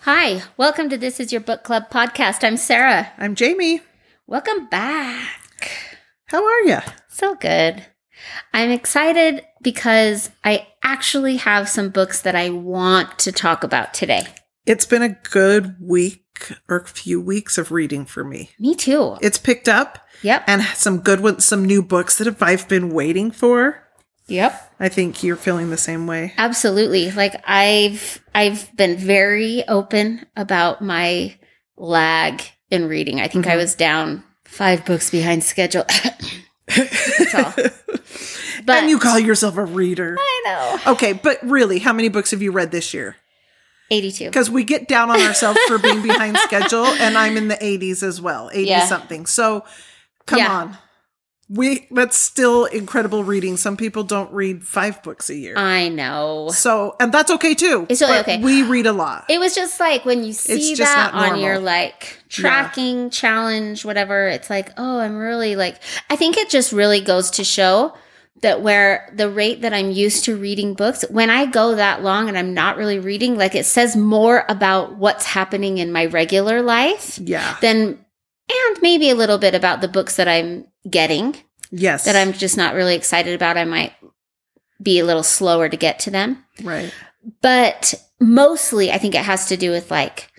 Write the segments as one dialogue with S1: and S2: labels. S1: Hi, welcome to This Is Your Book Club podcast. I'm Sarah.
S2: I'm Jamie.
S1: Welcome back.
S2: How are you?
S1: So good. I'm excited because I actually have some books that I want to talk about today.
S2: It's been a good week or a few weeks of reading for me.
S1: Me too.
S2: It's picked up
S1: Yep.
S2: and some good ones, some new books that I've been waiting for.
S1: Yep.
S2: I think you're feeling the same way.
S1: Absolutely. Like I've I've been very open about my lag in reading. I think I
S2: Mhm.
S1: was down 5 books behind schedule. all. But-
S2: and you call yourself a reader.
S1: I know.
S2: Okay, but really, how many books have you read this year?
S1: 82.
S2: Because we get down on ourselves for being behind schedule, and I'm in the 80s as well, 80
S1: Yeah.
S2: something. So come
S1: Yeah.
S2: on. We that's still incredible reading. Some people don't read five books a year.
S1: I know.
S2: So, and that's okay too.
S1: It's totally okay.
S2: We read a lot.
S1: It was just like when you see
S2: just
S1: that
S2: not
S1: on your
S2: normal.
S1: like tracking challenge, whatever, it's like, oh, I'm really like, I think it just really goes to show that where the rate that I'm used to reading books, when I go that long and I'm not really reading, like it says more about what's happening in my regular life
S2: yeah.
S1: than, and maybe a little bit about the books that I'm getting
S2: Yes.
S1: that I'm just not really excited about. I might be a little slower to get to them
S2: right.
S1: but mostly I think it has to do with like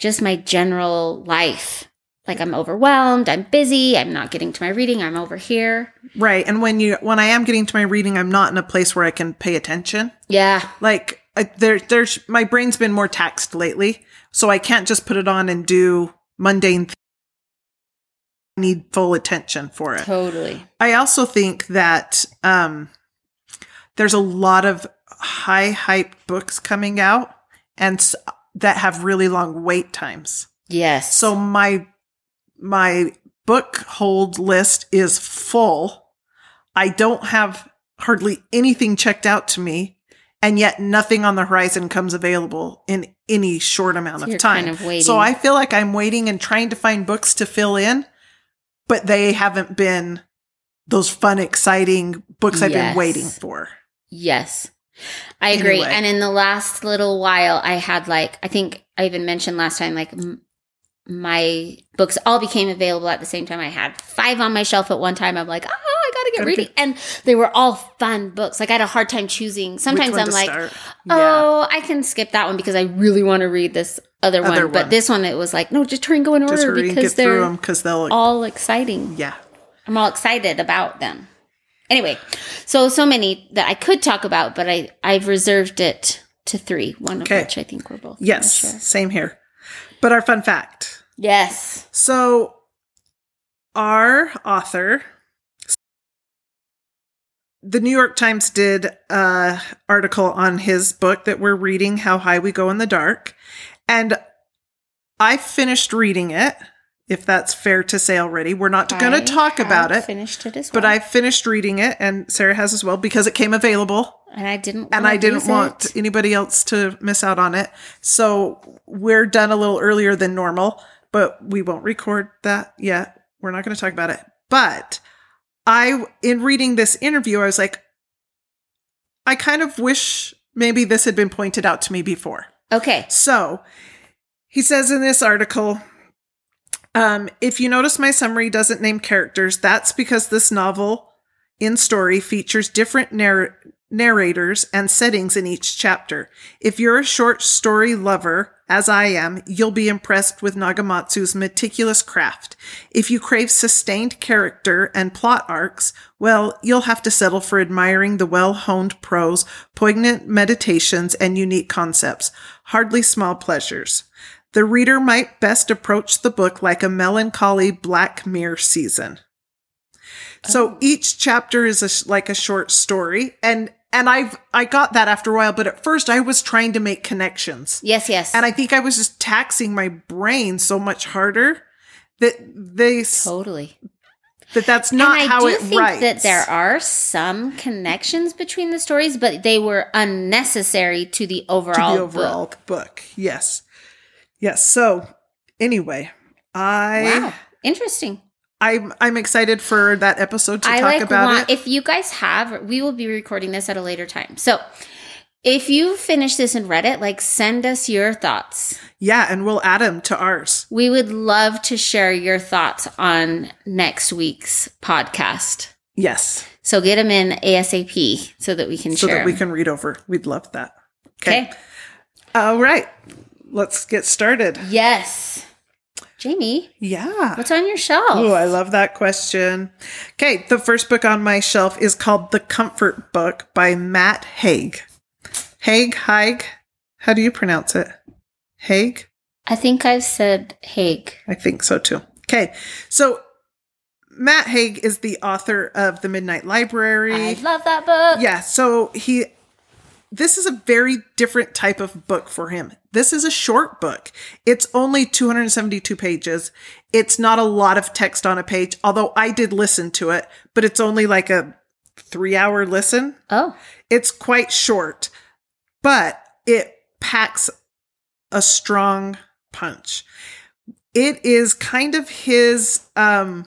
S1: just my general life. Like I'm overwhelmed, I'm busy, I'm not getting to my reading, I'm over here.
S2: Right. And when you when I am getting to my reading, I'm not in a place where I can pay attention.
S1: Yeah.
S2: Like I, there there's my brain's been more taxed lately, so I can't just put it on and do mundane th- I need full attention for it.
S1: Totally.
S2: I also think that um there's a lot of high hype books coming out and s- that have really long wait times.
S1: Yes.
S2: So my my book hold list is full. I don't have hardly anything checked out to me, and yet nothing on the horizon comes available in any short amount
S1: So
S2: of
S1: you're
S2: time.
S1: kind of waiting.
S2: So I feel like I'm waiting and trying to find books to fill in, but they haven't been those fun, exciting books I've
S1: Yes.
S2: been waiting for.
S1: Yes. I agree.
S2: Anyway.
S1: And in the last little while, I had like, I think I even mentioned last time, like m- my books all became available at the same time. I had five on my shelf at one time. I'm like, oh, I got to get
S2: Gotta
S1: reading. And they were all fun books. Like I had a hard time choosing. Sometimes
S2: one
S1: I'm
S2: to
S1: like,
S2: start? Yeah.
S1: oh, I can skip that one because I really want to read this other,
S2: Other
S1: one. But
S2: one.
S1: this one, it was like, no, just try and go in
S2: just
S1: order
S2: hurry and get
S1: because
S2: through
S1: they're
S2: them because they'll.
S1: all exciting.
S2: yeah.
S1: I'm all excited about them. Anyway, so so many that I could talk about, but I I've reserved it to three. One of
S2: Okay.
S1: which I think we're both gonna
S2: Yes.
S1: share.
S2: Same here. But our fun fact.
S1: yes,
S2: So, our author, the New York Times did a article on his book that we're reading, How High We Go in the Dark, and I finished reading it. If that's fair to say already, we're not going
S1: I
S2: to talk
S1: have
S2: about it,
S1: Finished it as well,
S2: but I finished reading it, and Sarah has as well because it came available
S1: and I didn't
S2: and
S1: wanna
S2: I didn't
S1: lose
S2: want
S1: it.
S2: anybody else to miss out on it. So we're done a little earlier than normal, but we won't record that yet. We're not going to talk about it. But I, in reading this interview, I was like, I kind of wish maybe this had been pointed out to me before.
S1: Okay,
S2: So he says in this article um, if you notice my summary doesn't name characters, that's because this novel in story features different narr- narrators and settings in each chapter. If you're a short story lover, as I am, you'll be impressed with Nagamatsu's meticulous craft. If you crave sustained character and plot arcs, well, you'll have to settle for admiring the well honed prose, poignant meditations, and unique concepts. Hardly small pleasures. The reader might best approach the book like a melancholy Black Mirror season.
S1: Oh.
S2: So each chapter is a sh- like a short story, and and I've I got that after a while, but at first I was trying to make connections,
S1: yes, yes,
S2: and I think I was just taxing my brain so much harder that they s-
S1: totally.
S2: that that's not
S1: and I
S2: how
S1: do
S2: it
S1: think
S2: writes.
S1: that there are some connections between the stories, but they were unnecessary to the overall,
S2: the overall book. Yes, yes. So anyway, I
S1: book. Wow, interesting.
S2: I'm I'm excited for that episode to
S1: I
S2: talk
S1: like
S2: about
S1: want,
S2: it.
S1: If you guys have, we will be recording this at a later time. So If you finish this and read it, like send us your thoughts.
S2: Yeah, and we'll add them to ours.
S1: We would love to share your thoughts on next week's podcast.
S2: Yes.
S1: So get them in ASAP so that we can
S2: So
S1: share.
S2: that we
S1: 'em.
S2: can read over. We'd love that.
S1: okay.
S2: All right. Let's get started.
S1: Yes. Jamie,
S2: Yeah.
S1: what's on your shelf?
S2: Oh, I love that question. Okay, the first book on my shelf is called The Comfort Book by Matt Haig. Haig, Haig, how do you pronounce it? Haig?
S1: I think I've said Haig.
S2: I think so too. Okay, so Matt Haig is the author of The Midnight Library.
S1: I love that book.
S2: yeah, so he this is a very different type of book for him. This is a short book. It's only 272 pages. It's not a lot of text on a page, although I did listen to it, but it's only like a 3-hour listen.
S1: Oh,
S2: It's quite short, but it packs a strong punch. It is kind of his um,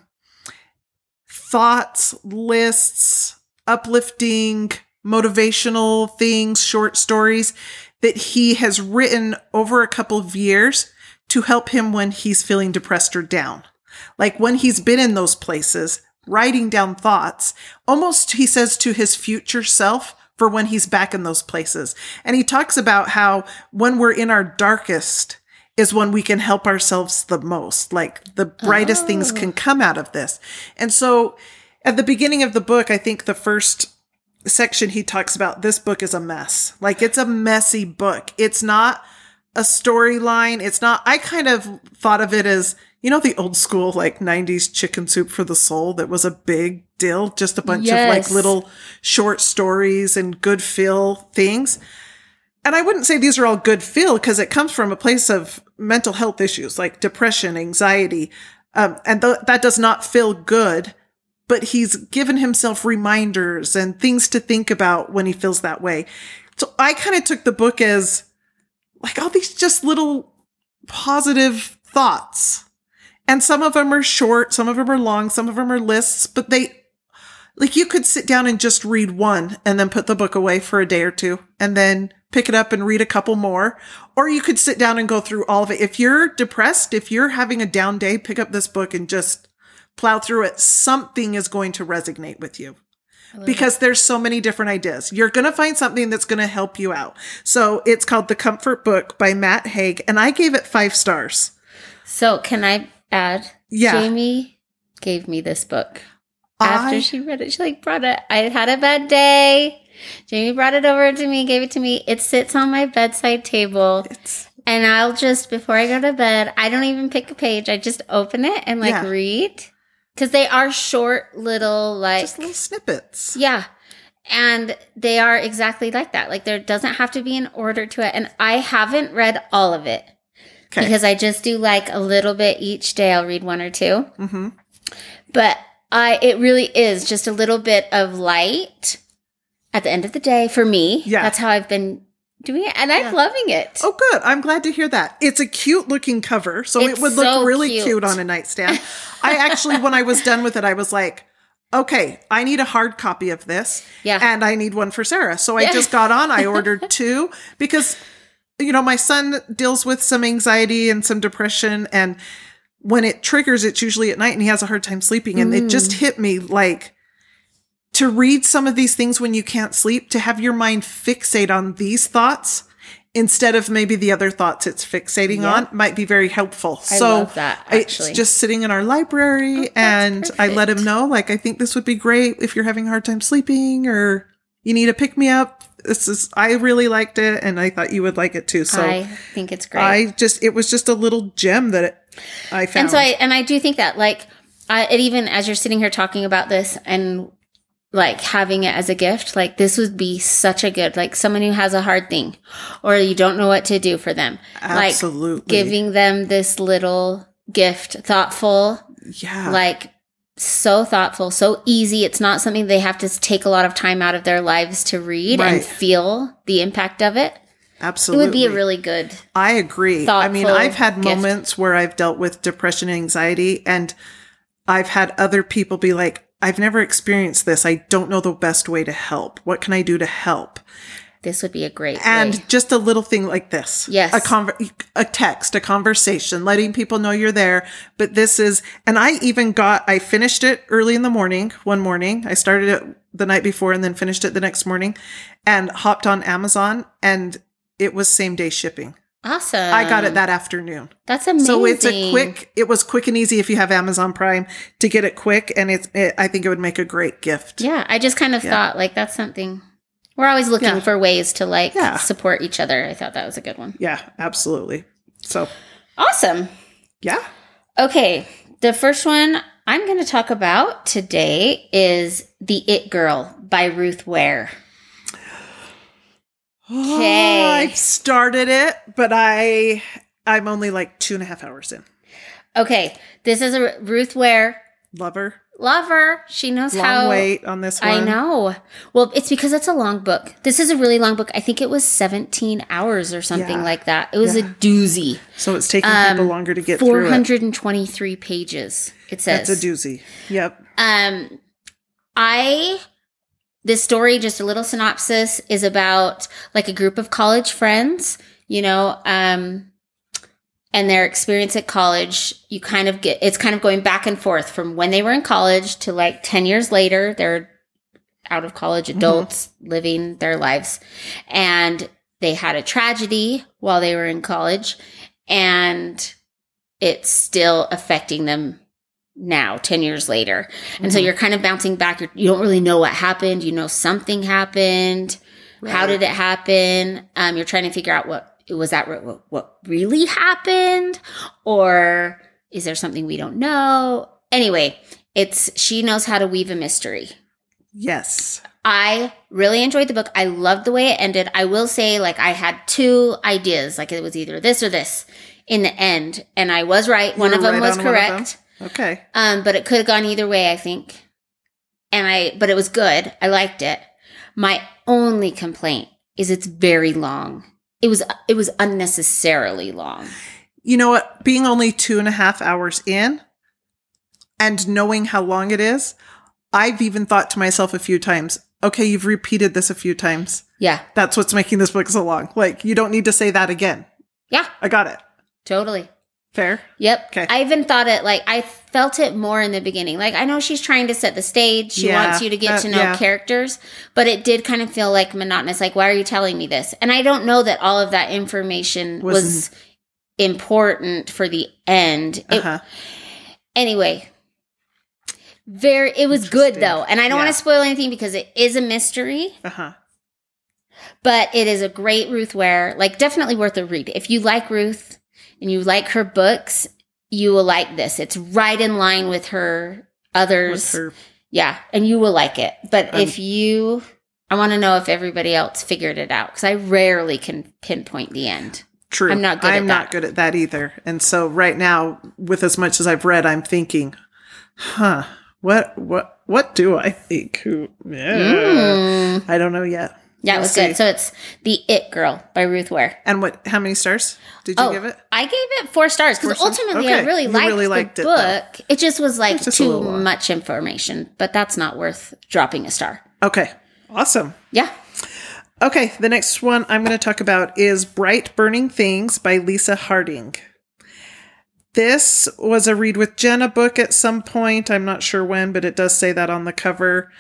S2: thoughts, lists, uplifting, motivational things, short stories that he has written over a couple of years to help him when he's feeling depressed or down. Like when he's been in those places, writing down thoughts, almost he says to his future self for when he's back in those places. And he talks about how when we're in our darkest is when we can help ourselves the most. Like the brightest things can come out of this. And so at the beginning of the book, I think the first section he talks about this book is a mess. Like it's a messy book. It's not a storyline. It's not, I kind of thought of it as, you know, the old school like 90s chicken soup for the soul that was a big deal, just a bunch of
S1: Yes.
S2: like little short stories and good feel things. And I wouldn't say these are all good feel because it comes from a place of mental health issues like depression, anxiety. Um, and th- that does not feel good but he's given himself reminders and things to think about when he feels that way. So I kind of took the book as like all these just little positive thoughts. And some of them are short, some of them are long, some of them are lists, but they like you could sit down and just read one and then put the book away for a day or two and then pick it up and read a couple more. Or you could sit down and go through all of it. If you're depressed, if you're having a down day, pick up this book and just plow through it. Something is going to resonate with you because there's so many different ideas. You're going to find something that's going to help you out. So it's called The Comfort Book by Matt Haig, and I gave it five stars.
S1: so can I add?
S2: Yeah.
S1: Jamie gave me this book.
S2: I-
S1: After she read it, she like brought it. I had had a bad day. Jamie brought it over to me, gave it to me. It sits on my bedside table.
S2: It's-
S1: And I'll just, before I go to bed, I don't even pick a page. I just open it and like
S2: Yeah.
S1: read. Because they are short little, like.
S2: just little snippets.
S1: Yeah. And they are exactly like that. Like there doesn't have to be an order to it. And I haven't read all of it
S2: Okay.
S1: because I just do like a little bit each day. I'll read one or two.
S2: hmm
S1: But I it really is just a little bit of light at the end of the day for me.
S2: Yeah.
S1: That's how I've been doing it. And I'm
S2: Yeah.
S1: loving it.
S2: Oh, good. I'm glad to hear that. It's a cute looking cover, so
S1: It's
S2: it would look
S1: so
S2: really
S1: cute.
S2: cute. on a nightstand. I actually, when I was done with it, I was like, okay, I need a hard copy of this.
S1: Yeah.
S2: And I need one for Sarah. So
S1: Yeah.
S2: I just got on, I ordered two because, you know, my son deals with some anxiety and some depression. And when it triggers, it's usually at night and he has a hard time sleeping. And it
S1: Mm.
S2: just hit me like, to read some of these things when you can't sleep, to have your mind fixate on these thoughts instead of maybe the other thoughts it's fixating on might be very helpful.
S1: I
S2: so
S1: love that, actually.
S2: it's just sitting in our
S1: Oh,
S2: library and I let him know, like, I think this would be great if you're having a hard time sleeping or you need a pick me up. This is, I really liked it and I thought you would like it too. So
S1: I
S2: I,
S1: think it's great.
S2: just, it was just a little gem that it, I found.
S1: And so I and I do think that like I, it even as you're sitting here talking about this and like having it as a gift, like this would be such a good like someone who has a hard thing or you don't know what to do for them.
S2: Absolutely.
S1: Like giving them this little gift, thoughtful,
S2: yeah.
S1: like so thoughtful, so easy. It's not something they have to take a lot of time out of their lives to read and
S2: Right.
S1: feel the impact of it. It
S2: absolutely.
S1: would be a really good
S2: I agree. I mean,
S1: thoughtful
S2: I've had
S1: gift.
S2: moments where I've dealt with depression and anxiety, and I've had other people be like, I've never experienced this. I don't know the best way to help. What can I do to help?
S1: this would be a great
S2: And
S1: way.
S2: just a little thing like this.
S1: Yes.
S2: A conver- a text, a conversation, letting people know you're there. But this is, and I even got, I finished it early in the morning, one morning. I started it the night before and then finished it the next morning and hopped on Amazon and it was same day shipping.
S1: awesome.
S2: I got it that afternoon.
S1: That's amazing.
S2: So it's a quick, it was quick and easy if you have Amazon Prime to get it quick. And it's, it, I think it would make a great gift.
S1: Yeah, I just kind of
S2: Yeah.
S1: thought like that's something we're always looking
S2: Yeah.
S1: for ways to like
S2: Yeah.
S1: support each other. I thought that was a good one.
S2: Yeah, absolutely. So,
S1: Awesome.
S2: yeah.
S1: Okay, the first one I'm going to talk about today is The It Girl by Ruth Ware. Okay.
S2: I've started it, but I I'm only like two and a half hours in.
S1: Okay, this is a Ruth Ware
S2: Lover,
S1: lover. She knows
S2: long
S1: how
S2: wait on this one.
S1: I know. Well, it's because it's a long book. This is a really long book. I think it was 17 hours or something
S2: Yeah.
S1: like that. It was a
S2: Yeah.
S1: doozy.
S2: So it's taking people
S1: Um,
S2: longer to get through it.
S1: 423 pages. It says.
S2: That's a doozy. Yep.
S1: Um, I this story, just a little synopsis, is about like a group of college friends, you know, um, and their experience at college. You kind of get it's kind of going back and forth from when they were in college to like ten years later. They're out of college adults living their lives, and they had a tragedy while they were in college, and it's still affecting them now 10 years later and so
S2: Mhm.
S1: you're kind of bouncing back you're, you don't really know what happened you know something happened how
S2: Right.
S1: did it happen um, you're trying to figure out what was that re- what, what really happened or is there something we don't know anyway it's she knows how to weave a mystery
S2: Yes.
S1: I really enjoyed the book. I loved the way it ended. I will say, like, I had two ideas. Like, it was either this or this in the end. And I was right.
S2: You
S1: One
S2: were
S1: of them
S2: right
S1: was
S2: on one of them?
S1: correct.
S2: Okay.
S1: Um, but it could have gone either way, I think. And I, but it was good. I liked it. My only complaint is it's very long. It was, it was unnecessarily long.
S2: You know what? Being only two and a half hours in and knowing how long it is, I've even thought to myself a few times, okay, you've repeated this a few times.
S1: Yeah.
S2: That's what's making this book so long. Like, you don't need to say that again.
S1: Yeah.
S2: I got it.
S1: Totally.
S2: Fair.
S1: Yep.
S2: 'Kay.
S1: I even thought it like I felt it more in the beginning. Like I know she's trying to set the stage. She
S2: Yeah.
S1: wants you to get
S2: Uh,
S1: to know
S2: yeah.
S1: characters, but it did kind of feel like monotonous. Like why are you telling me this? And I don't know that all of that information was,
S2: Wasn't-
S1: important for the end. It-
S2: Uh-huh.
S1: anyway, very it was good
S2: Interesting.
S1: though. And I don't
S2: Yeah.
S1: want to spoil anything because it is a mystery.
S2: Uh-huh.
S1: but it is a great Ruth Ware, like definitely worth a read. If you like Ruth and you like her books, you will like this. It's right in line with her
S2: With
S1: others.
S2: her
S1: Yeah, and you will like it. But
S2: Um,
S1: if you I want to know if everybody else figured it out cuz I rarely can pinpoint the end.
S2: True.
S1: I'm not good at
S2: I'm not
S1: that.
S2: good at that either. And so right now, with as much as I've read, I'm thinking, huh, what what what do I think? Who yeah.
S1: Mm.
S2: I don't know yet.
S1: Yeah, it
S2: We'll
S1: was
S2: see.
S1: good. So it's The It Girl by Ruth Ware.
S2: And what how many stars did you
S1: Oh,
S2: give it?
S1: I gave it four stars because
S2: Four stars?
S1: ultimately I
S2: Okay.
S1: really
S2: You
S1: liked,
S2: really liked
S1: the
S2: it, though.
S1: book. It just was like
S2: It's just a
S1: too
S2: little long.
S1: much information, but that's not worth dropping a star.
S2: Okay. Awesome.
S1: Yeah.
S2: Okay, the next one I'm going to talk about is Bright Burning Things by Lisa Harding. This was a read with Jenna book at some point. I'm not sure when, but it does say that on the cover.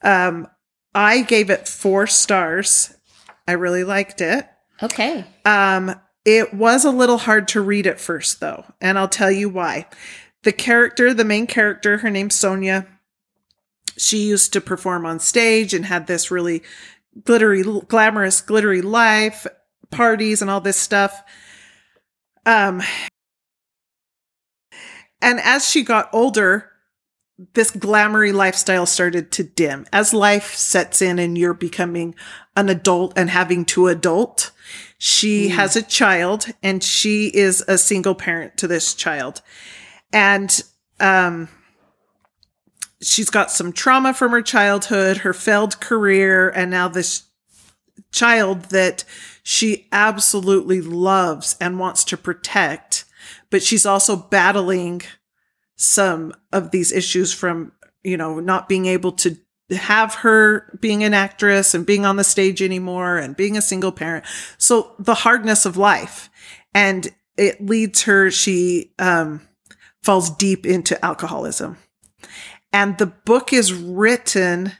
S2: Um, I gave it four stars. I really liked it.
S1: Okay.
S2: Um, it was a little hard to read at first, though, and I'll tell you why. The character, the main character, her name's Sonia. She used to perform on stage and had this really glittery, glamorous, glittery life, parties, and all this stuff. Um, and as she got older, this glamoury lifestyle started to dim. As life sets in and you're becoming an adult and having to adult, she has a child and she is a single parent to this child. And um, she's got some trauma from her childhood, her failed career, and now this child that she absolutely loves and wants to protect. But she's also battling some of these issues from, you know, not being able to have her being an actress and being on the stage anymore and being a single parent. So the hardness of life and it leads her, she, um, falls deep into alcoholism. And the book is written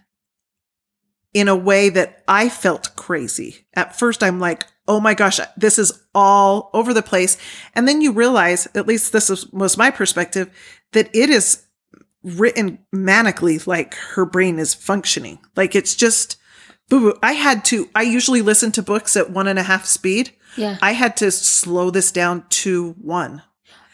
S2: in a way that I felt crazy. At first, I'm like, oh my gosh, this is all over the place. And then you realize, at least this was, was my perspective, that it is written manically like her brain is functioning. Like it's just boo boo. I had to, I usually listen to books at one and a half speed.
S1: Yeah.
S2: I had to slow this down to one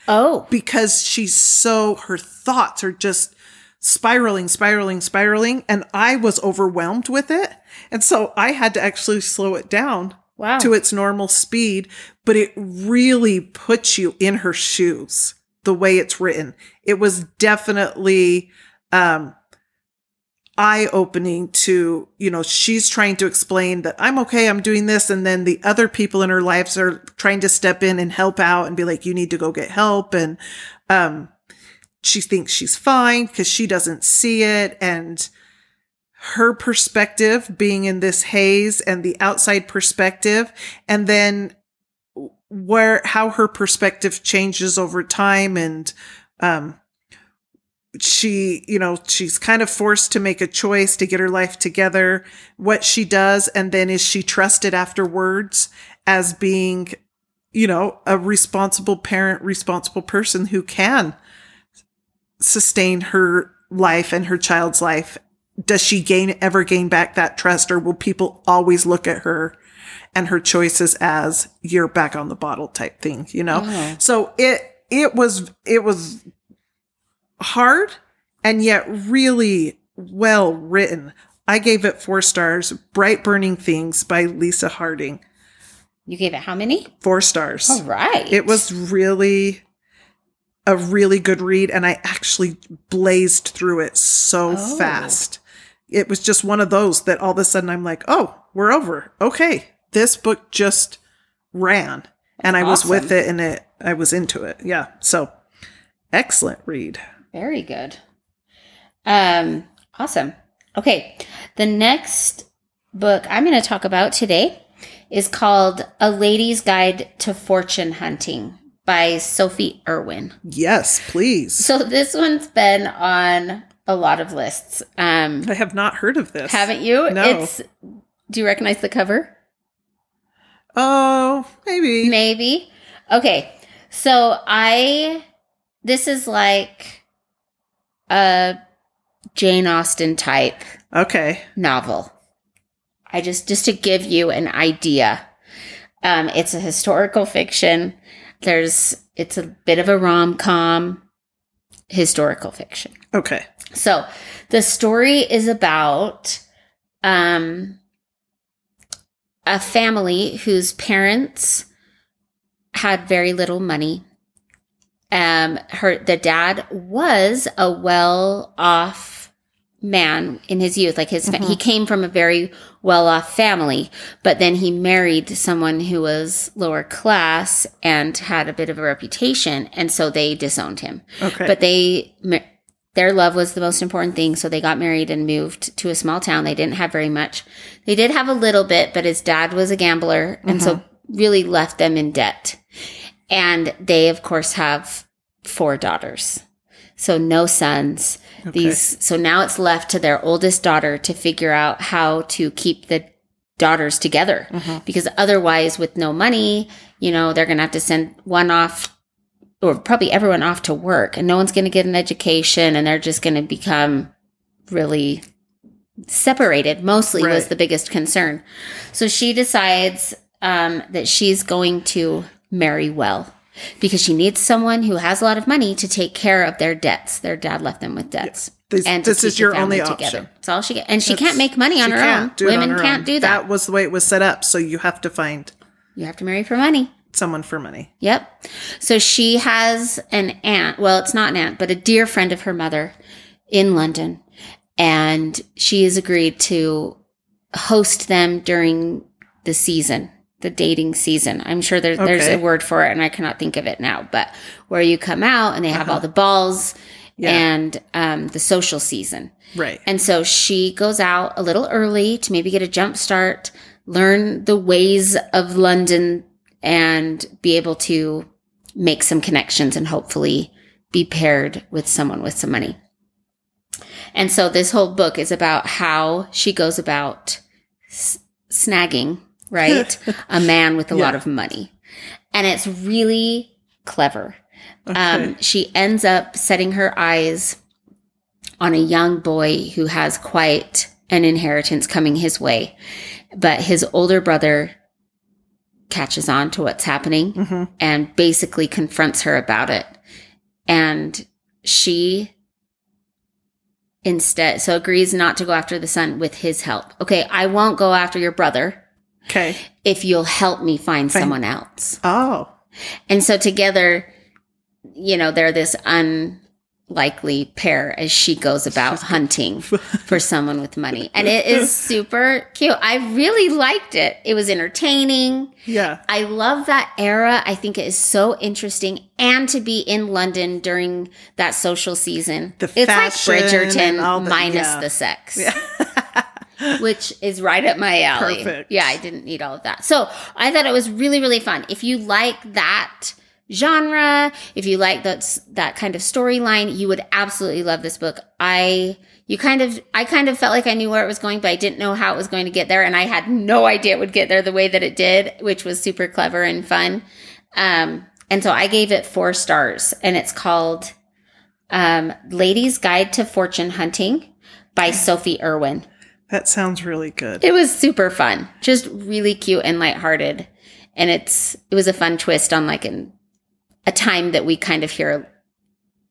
S1: Oh,
S2: because she's so her thoughts are just spiraling spiraling spiraling and i was overwhelmed with it and so i had to actually slow it down
S1: wow.
S2: to its normal speed but it really puts you in her shoes the way it's written it was definitely um eye opening to you know she's trying to explain that i'm okay i'm doing this and then the other people in her lives are trying to step in and help out and be like you need to go get help and um she thinks she's fine because she doesn't see it and her perspective being in this haze and the outside perspective and then where how her perspective changes over time and um she you know she's kind of forced to make a choice to get her life together what she does and then is she trusted afterwards as being you know a responsible parent responsible person who can sustain her life and her child's life does she gain ever gain back that trust or will people always look at her and her choices as you're back on the bottle type thing you know
S1: Yeah.
S2: so it it was it was hard and yet really well written i gave it four stars bright burning things by lisa harding
S1: You gave it how many?
S2: four stars
S1: All right.
S2: it was really a really good read, and I actually blazed through it so
S1: Oh.
S2: fast. It was just one of those that all of a sudden I'm like, oh, we're over. Okay. This book just ran. And I
S1: Awesome.
S2: was with it and it I was into it. Yeah. So excellent read.
S1: Very good. Um, awesome. Okay, the next book I'm going to talk about today is called A Lady's Guide to Fortune Hunting by Sophie Irwin.
S2: Yes, please.
S1: So this one's been on a lot of lists. Um,
S2: I have not heard of this.
S1: haven't you?
S2: No.
S1: It's do you recognize the cover?
S2: Oh, maybe.
S1: Maybe. Okay. So I this is like a Jane Austen type
S2: Okay.
S1: novel. I just just to give you an idea. Um, it's a historical fiction. There's it's a bit of a rom com, historical fiction.
S2: Okay.
S1: So the story is about um, a family whose parents had very little money. Um, her the dad was a well off man in his youth, like his fa- he came from a very well off family, but then he married someone who was lower class and had a bit of a reputation, and so they disowned him
S2: Okay.
S1: but they ma- their love was the most important thing so they got married and moved to a small town they didn't have very much they did have a little bit but his dad was a gambler and so really left them in debt and they of course have four daughters so no sons these so now it's left to their oldest daughter to figure out how to keep the daughters together because otherwise with no money you know they're gonna have to send one off or probably everyone off to work and no one's gonna get an education and they're just gonna become really separated mostly was
S2: Right.
S1: the biggest concern so she decides um, that she's going to marry well because she needs someone who has a lot of money to take care of their debts their dad left them with debts
S2: this
S1: and to
S2: this
S1: keep
S2: is
S1: the
S2: your
S1: family
S2: only option.
S1: It's all she get, and she
S2: That's-
S1: can't make money on
S2: She
S1: her
S2: can't
S1: own.
S2: do it on
S1: Women
S2: her
S1: can't
S2: own.
S1: do that.
S2: That was the way it was set up. So you have to find
S1: You have to marry for money.
S2: someone for money.
S1: Yep. So she has an aunt. Well, it's not an aunt, but a dear friend of her mother in London, and she has agreed to host them during the season, the dating season. I'm sure there, there's
S2: Okay.
S1: a word for it, and I cannot think of it now. But where you come out and they have all the balls,
S2: Uh-huh. Yeah.
S1: and um, the social season.
S2: Right.
S1: And so she goes out a little early to maybe get a jump start, learn the ways of London, and be able to make some connections and hopefully be paired with someone with some money. And so this whole book is about how she goes about s- snagging, right? a man with a lot
S2: Yeah.
S1: of money. And it's really clever.
S2: Okay.
S1: Um, she ends up setting her eyes on a young boy who has quite an inheritance coming his way, but his older brother catches on to what's happening
S2: Mhm.
S1: and basically confronts her about it. And she instead so agrees not to go after the son with his help. Okay, I won't go after your brother
S2: Okay.
S1: if you'll help me find
S2: Fine.
S1: someone else.
S2: Oh.
S1: And so together, you know, they're this unlikely pair as she goes about hunting for someone with money. And it is super cute. I really liked it. It was entertaining.
S2: Yeah.
S1: I love that era. I think it is so interesting. And to be in London during that social season.
S2: The
S1: it's like
S2: fashion and all
S1: Bridgerton
S2: the-
S1: minus
S2: yeah.
S1: the sex
S2: Yeah.
S1: which is right up my alley.
S2: Perfect.
S1: Yeah, I didn't need all of that. So I thought it was really, really fun. If you like that genre, if you like that that kind of storyline, you would absolutely love this book. I you kind of I kind of felt like I knew where it was going, but I didn't know how it was going to get there, and I had no idea it would get there the way that it did, which was super clever and fun. Um, and so I gave it four stars, and it's called um, "Ladies' Guide to Fortune Hunting" by Sophie Irwin.
S2: that sounds really good.
S1: It was super fun. Just really cute and lighthearted. And it's it was a fun twist on like an a time that we kind of hear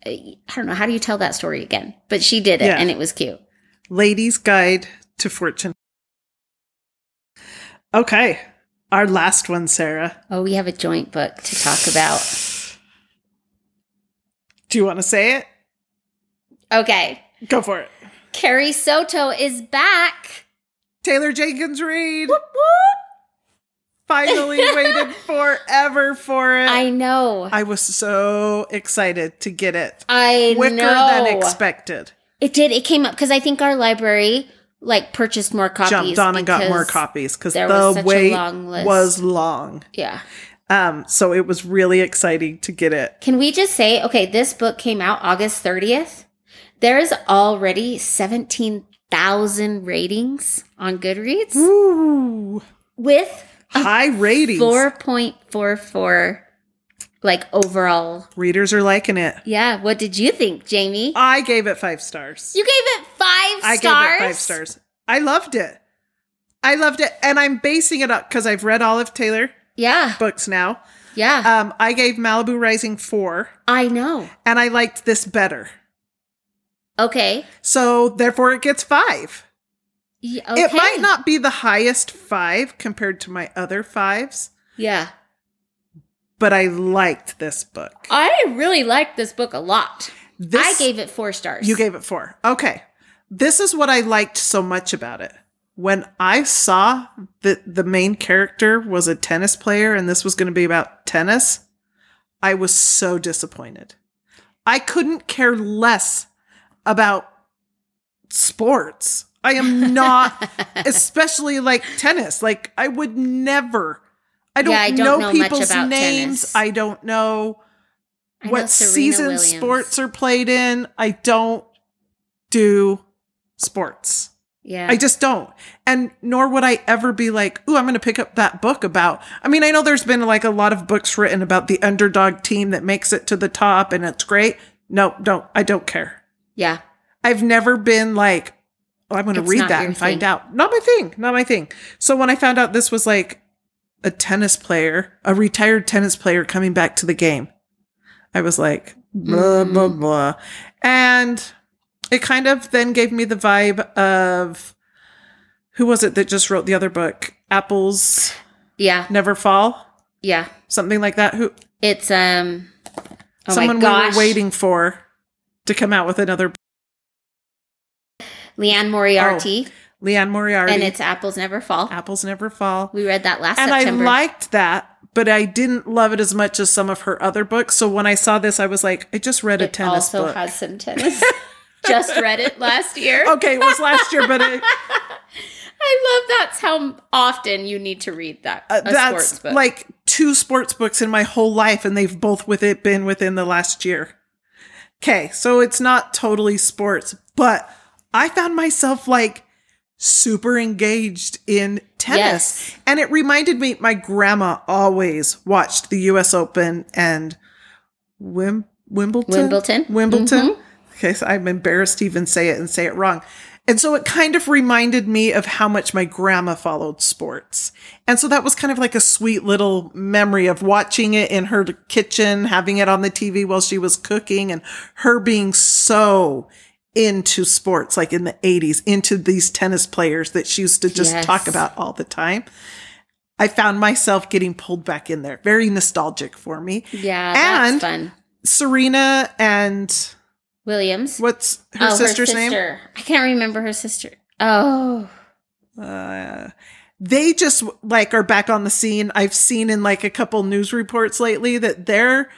S1: eh, I don't know how do you tell that story again, but she did it
S2: Yeah.
S1: and it was cute.
S2: Ladies' Guide to Fortune. Okay. Our last one, Sarah.
S1: Oh, we have a joint book to talk about.
S2: Do you want to say it?
S1: Okay.
S2: Go for it.
S1: Carrie Soto is back.
S2: Taylor Jenkins Reid. Finally waited forever for it.
S1: I know.
S2: I was so excited to get it.
S1: I
S2: Quicker
S1: know.
S2: than expected.
S1: It did. It came up because I think our library like purchased more copies.
S2: Jumped on and got more
S1: because-
S2: copies because
S1: there was
S2: the
S1: such a
S2: wait
S1: long list.
S2: was long.
S1: Yeah.
S2: Um, so it was really exciting to get it.
S1: Can we just say, okay, this book came out August 30th. There is already 17,000 ratings on Goodreads
S2: Ooh,
S1: with
S2: high ratings.
S1: 4.44 like overall.
S2: Readers are liking it.
S1: Yeah, what did you think, Jamie?
S2: I gave it five stars.
S1: You gave it 5
S2: I gave
S1: stars.
S2: it five stars. I loved it. I loved it, and I'm basing it up because I've read all of Taylor
S1: Yeah.
S2: books now.
S1: Yeah.
S2: Um, I gave Malibu Rising four,
S1: I know.
S2: and I liked this better.
S1: Okay.
S2: So therefore, it gets five.
S1: Y-
S2: It
S1: okay.
S2: might not be the highest five compared to my other fives,
S1: Yeah.
S2: but I liked this book.
S1: I really liked this book a lot.
S2: This
S1: I gave it 4 stars.
S2: You gave it four. Okay. This is what I liked so much about it. When I saw that the main character was a tennis player and this was going to be about tennis, I was so disappointed. I couldn't care less about sports. I am not, especially like tennis. Like, I would never. I don't,
S1: Yeah, I don't
S2: know,
S1: know much
S2: people's
S1: about
S2: names.
S1: tennis.
S2: I don't know
S1: I know
S2: what
S1: Serena
S2: season
S1: Williams.
S2: sports are played in. I don't do sports.
S1: Yeah.
S2: I just don't. And nor would I ever be like, ooh, I'm going to pick up that book about. I mean, I know there's been like a lot of books written about the underdog team that makes it to the top and it's great. No, don't. I don't care.
S1: yeah.
S2: I've never been like, oh, I'm going to
S1: It's
S2: read
S1: not
S2: that
S1: your
S2: and find
S1: thing.
S2: out. Not my thing. Not my thing. So when I found out this was like a tennis player, a retired tennis player coming back to the game, I was like, blah, blah,
S1: Mm-hmm.
S2: blah. And it kind of then gave me the vibe of who was it that just wrote the other book? Apples
S1: Yeah.
S2: Never Fall?
S1: Yeah.
S2: Something like that. Who?
S1: It's um oh
S2: someone
S1: my gosh.
S2: we were waiting for to come out with another
S1: Leanne Moriarty
S2: Leanne Oh, Moriarty.
S1: and it's Apples Never Fall.
S2: Apples Never Fall.
S1: We read that last
S2: and
S1: September.
S2: I liked that, but I didn't love it as much as some of her other books. So when I saw this, I was like, I just read a
S1: It
S2: tennis
S1: also
S2: book.
S1: has some tennis. Just read it last year.
S2: okay, it was last year, but it,
S1: I love that's how often you need to read that
S2: uh,
S1: a sports
S2: that's
S1: book.
S2: like two sports books in my whole life, and they've both with it been within the last year. Okay, so it's not totally sports, but I found myself like super engaged in tennis.
S1: Yes.
S2: And it reminded me my grandma always watched the US Open and Wim- Wimbledon.
S1: Wimbledon. Mm-hmm.
S2: Wimbledon. Okay, so I'm embarrassed to even say it and say it wrong. And so it kind of reminded me of how much my grandma followed sports. And so that was kind of like a sweet little memory of watching it in her kitchen, having it on the TV while she was cooking, and her being so into sports, like in the 80s, into these tennis players that she used to just
S1: Yes.
S2: talk about all the time. I found myself getting pulled back in there. Very nostalgic for me.
S1: yeah,
S2: and-
S1: that's fun.
S2: Serena and
S1: Williams.
S2: what's
S1: Oh,
S2: her sister's name?
S1: name? I can't remember her sister. Oh,
S2: uh, they just like are back on the scene. I've seen in like a couple news reports lately that they're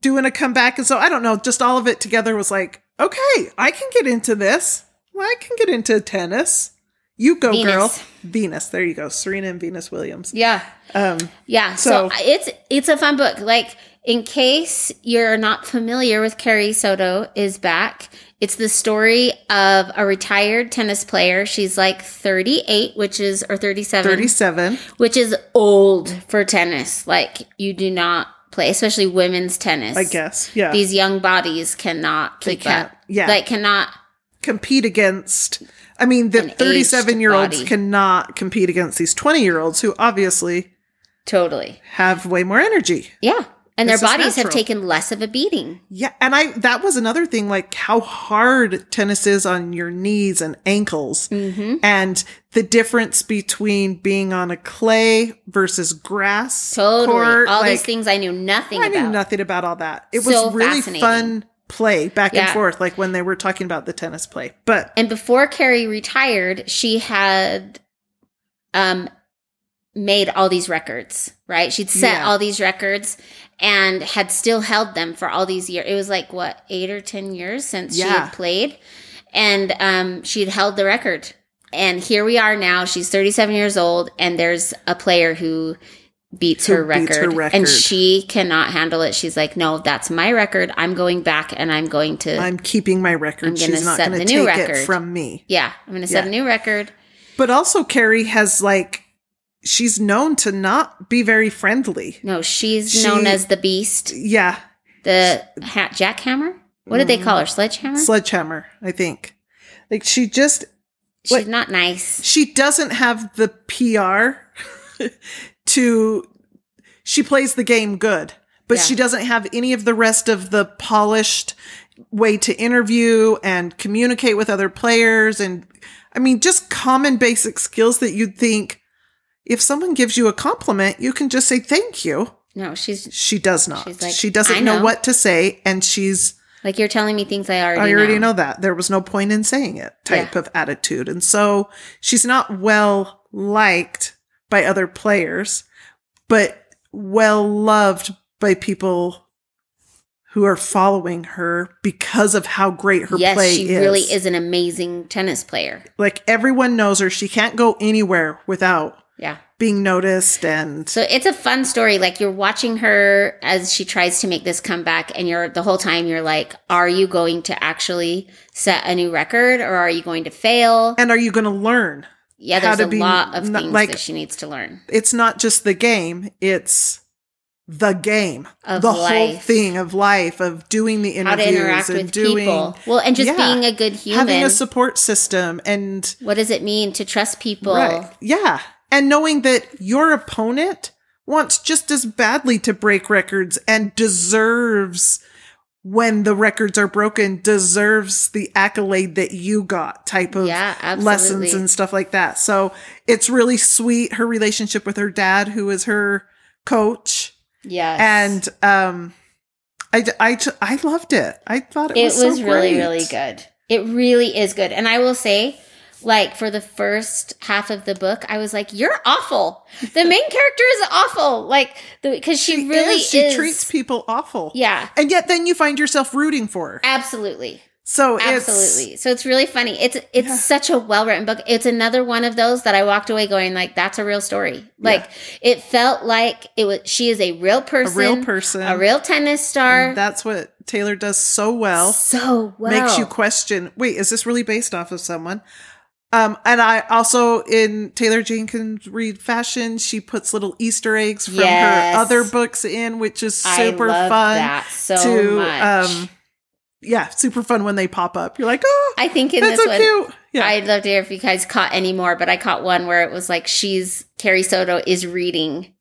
S2: doing a comeback. And so I don't know, just all of it together was like, okay, I can get into this. Well, I can get into tennis. You go,
S1: Venus.
S2: girl. Venus. There you go. Serena and Venus Williams.
S1: yeah,
S2: Um,
S1: yeah. So,
S2: So-
S1: it's it's a fun book. Like in case you're not familiar with Carrie Soto is back. It's the story of a retired tennis player. She's like 38, which is or 37.
S2: 37.
S1: which is old for tennis. Like you do not play, especially women's tennis.
S2: I guess. Yeah.
S1: these young bodies cannot keep
S2: can't.
S1: up.
S2: Yeah.
S1: like cannot.
S2: compete against. I mean, the
S1: An aged
S2: 37 year olds
S1: body.
S2: cannot compete against these 20 year olds who obviously
S1: Totally.
S2: have way more energy.
S1: Yeah. And
S2: This
S1: their
S2: is
S1: bodies have
S2: natural.
S1: taken less of a beating.
S2: Yeah, and I that was another thing like how hard tennis is on your knees and ankles
S1: Mm-hmm.
S2: and the difference between being on a clay versus grass
S1: Totally.
S2: court,
S1: All these
S2: like,
S1: things I knew nothing
S2: I
S1: about.
S2: knew nothing about all that. It
S1: So
S2: was really
S1: fascinating.
S2: fun play back and
S1: Yeah.
S2: forth like when they were talking about the tennis play. But
S1: And before Carrie retired, she had um made all these records, right? She'd set
S2: Yeah.
S1: all these records and had still held them for all these years. It was like what, 8 or 10 years since she
S2: Yeah.
S1: had played and um she'd held the record. And here we are now. She's 37 years old and there's a player who beats,
S2: Who
S1: her, record,
S2: beats her record.
S1: and she cannot handle it. She's like, "No, that's my record. I'm going back and I'm going to
S2: I'm keeping my record.
S1: I'm gonna
S2: She's not
S1: set
S2: going to
S1: the new
S2: take it
S1: record.
S2: from me.
S1: yeah, I'm going to set
S2: Yeah.
S1: a new record."
S2: But also Carrie has like she's known to not be very friendly.
S1: No, she's
S2: She-
S1: known as the Beast,
S2: Yeah,
S1: the ha- Jackhammer. What
S2: Mm.
S1: did they call her? Sledgehammer.
S2: sledgehammer, I think. Like she just
S1: she's
S2: what-
S1: not nice.
S2: she doesn't have the PR to she plays the game good, but
S1: Yeah.
S2: she doesn't have any of the rest of the polished way to interview and communicate with other players and I mean just common basic skills that you'd think if someone gives you a compliment, you can just say thank you.
S1: No, she's
S2: She does not.
S1: She's like,
S2: she doesn't
S1: "I
S2: know.
S1: know."
S2: what to say, and she's
S1: like you're telling me things I already.
S2: I already
S1: know.
S2: know. that. There was no point in saying it type of attitude. And so she's not well liked by other players, but well loved by people who are following her because of how great her
S1: yes,
S2: play
S1: she
S2: is.
S1: really is an amazing tennis player.
S2: Like everyone knows her. She can't go anywhere without
S1: Yeah.
S2: being noticed and
S1: So it's a fun story. Like you're watching her as she tries to make this comeback, and you're the whole time you're like, "Are you going to actually set a new record, or are you going to fail?"
S2: and are you going to learn?
S1: yeah,
S2: how
S1: there's
S2: to
S1: a
S2: be
S1: lot of
S2: not-
S1: things
S2: like-
S1: that she needs to learn.
S2: it's not just the game, it's the game,
S1: Of
S2: the whole
S1: life.
S2: thing of life, of doing the
S1: How
S2: interviews
S1: to interact
S2: and
S1: with
S2: doing
S1: people. Well, and just
S2: Yeah.
S1: being a good human.
S2: having a support system and
S1: What does it mean to trust people?
S2: right, yeah, and knowing that your opponent wants just as badly to break records and deserves when the records are broken deserves the accolade that you got type of
S1: Yeah, absolutely.
S2: lessons and stuff like that. So it's really sweet her relationship with her dad who is her coach.
S1: Yes.
S2: and um I, I, ju- I loved it. I thought it,
S1: it
S2: was
S1: was,
S2: so
S1: really,
S2: great.
S1: really good. It really is good. And I will say, like for the first half of the book, I was like, "You're awful." The main character is awful, like because she, really
S2: Yes, she
S1: is.
S2: treats people awful.
S1: yeah,
S2: And yet then you find yourself rooting for her.
S1: absolutely,
S2: So it's
S1: absolutely. so it's really funny. It's it's
S2: Yeah.
S1: such a well written book. It's another one of those that I walked away going like, "That's a real story." Like it felt like it was. She is a real person,
S2: a real person.
S1: a real tennis star.
S2: And that's what Taylor does so well.
S1: so well
S2: Makes you question, wait, is this really based off of someone? Um, and I also in Taylor Jenkins Reid fashion, she puts little Easter eggs from
S1: Yes.
S2: her other books in, which is
S1: I
S2: super
S1: love
S2: fun.
S1: that so
S2: to
S1: much.
S2: um yeah super fun when they pop up you're like oh
S1: I think in
S2: that's
S1: this
S2: so
S1: one,
S2: cute yeah
S1: I'd love to hear if you guys caught any more, but I caught one where it was like she's Carrie Soto is reading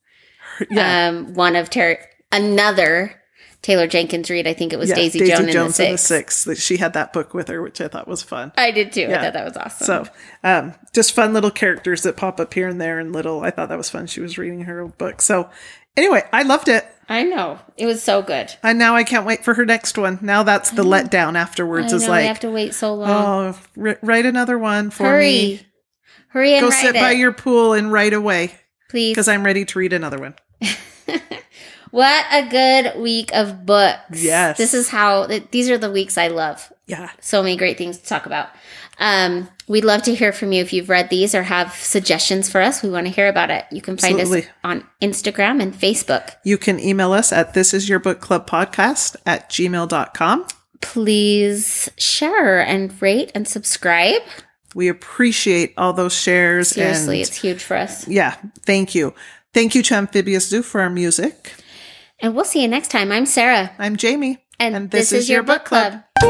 S2: yeah
S1: um, one of Ter- another Taylor Jenkins read. I think it was
S2: yeah,
S1: Daisy, Joan
S2: Jones
S1: and
S2: and
S1: the Six.
S2: that she had that book with her which i thought was fun
S1: I did too.
S2: Yeah.
S1: I thought that was awesome.
S2: so um just fun little characters that pop up here and there and little i thought that was fun she was reading her old book so anyway i loved it
S1: I know it was so good.
S2: and now i can't wait for her next one now that's the letdown afterwards
S1: Mm-hmm. I
S2: is
S1: know, we have
S2: like
S1: to wait so long.
S2: oh wri- write another one for
S1: Hurry,
S2: me
S1: hurry and
S2: go
S1: write
S2: sit
S1: it,
S2: by your pool and write away
S1: please.
S2: because i'm ready to read another one
S1: What a good week of books.
S2: Yes.
S1: this is how th- these are the weeks I love.
S2: yeah
S1: so many great things to talk about. Um, we'd love to hear from you if you've read these or have suggestions for us. We want to hear about it. You can find us
S2: Absolutely.
S1: on Instagram and Facebook.
S2: You can email us at this is your book club podcast at gmail.com.
S1: Please share and rate and subscribe.
S2: We appreciate all those shares.
S1: Seriously,
S2: And
S1: it's huge for us.
S2: yeah, thank you. Thank you to Amphibious Zoo for our music.
S1: And we'll see you next time. I'm Sarah,
S2: I'm Jamie.
S1: and, this, is, your book club.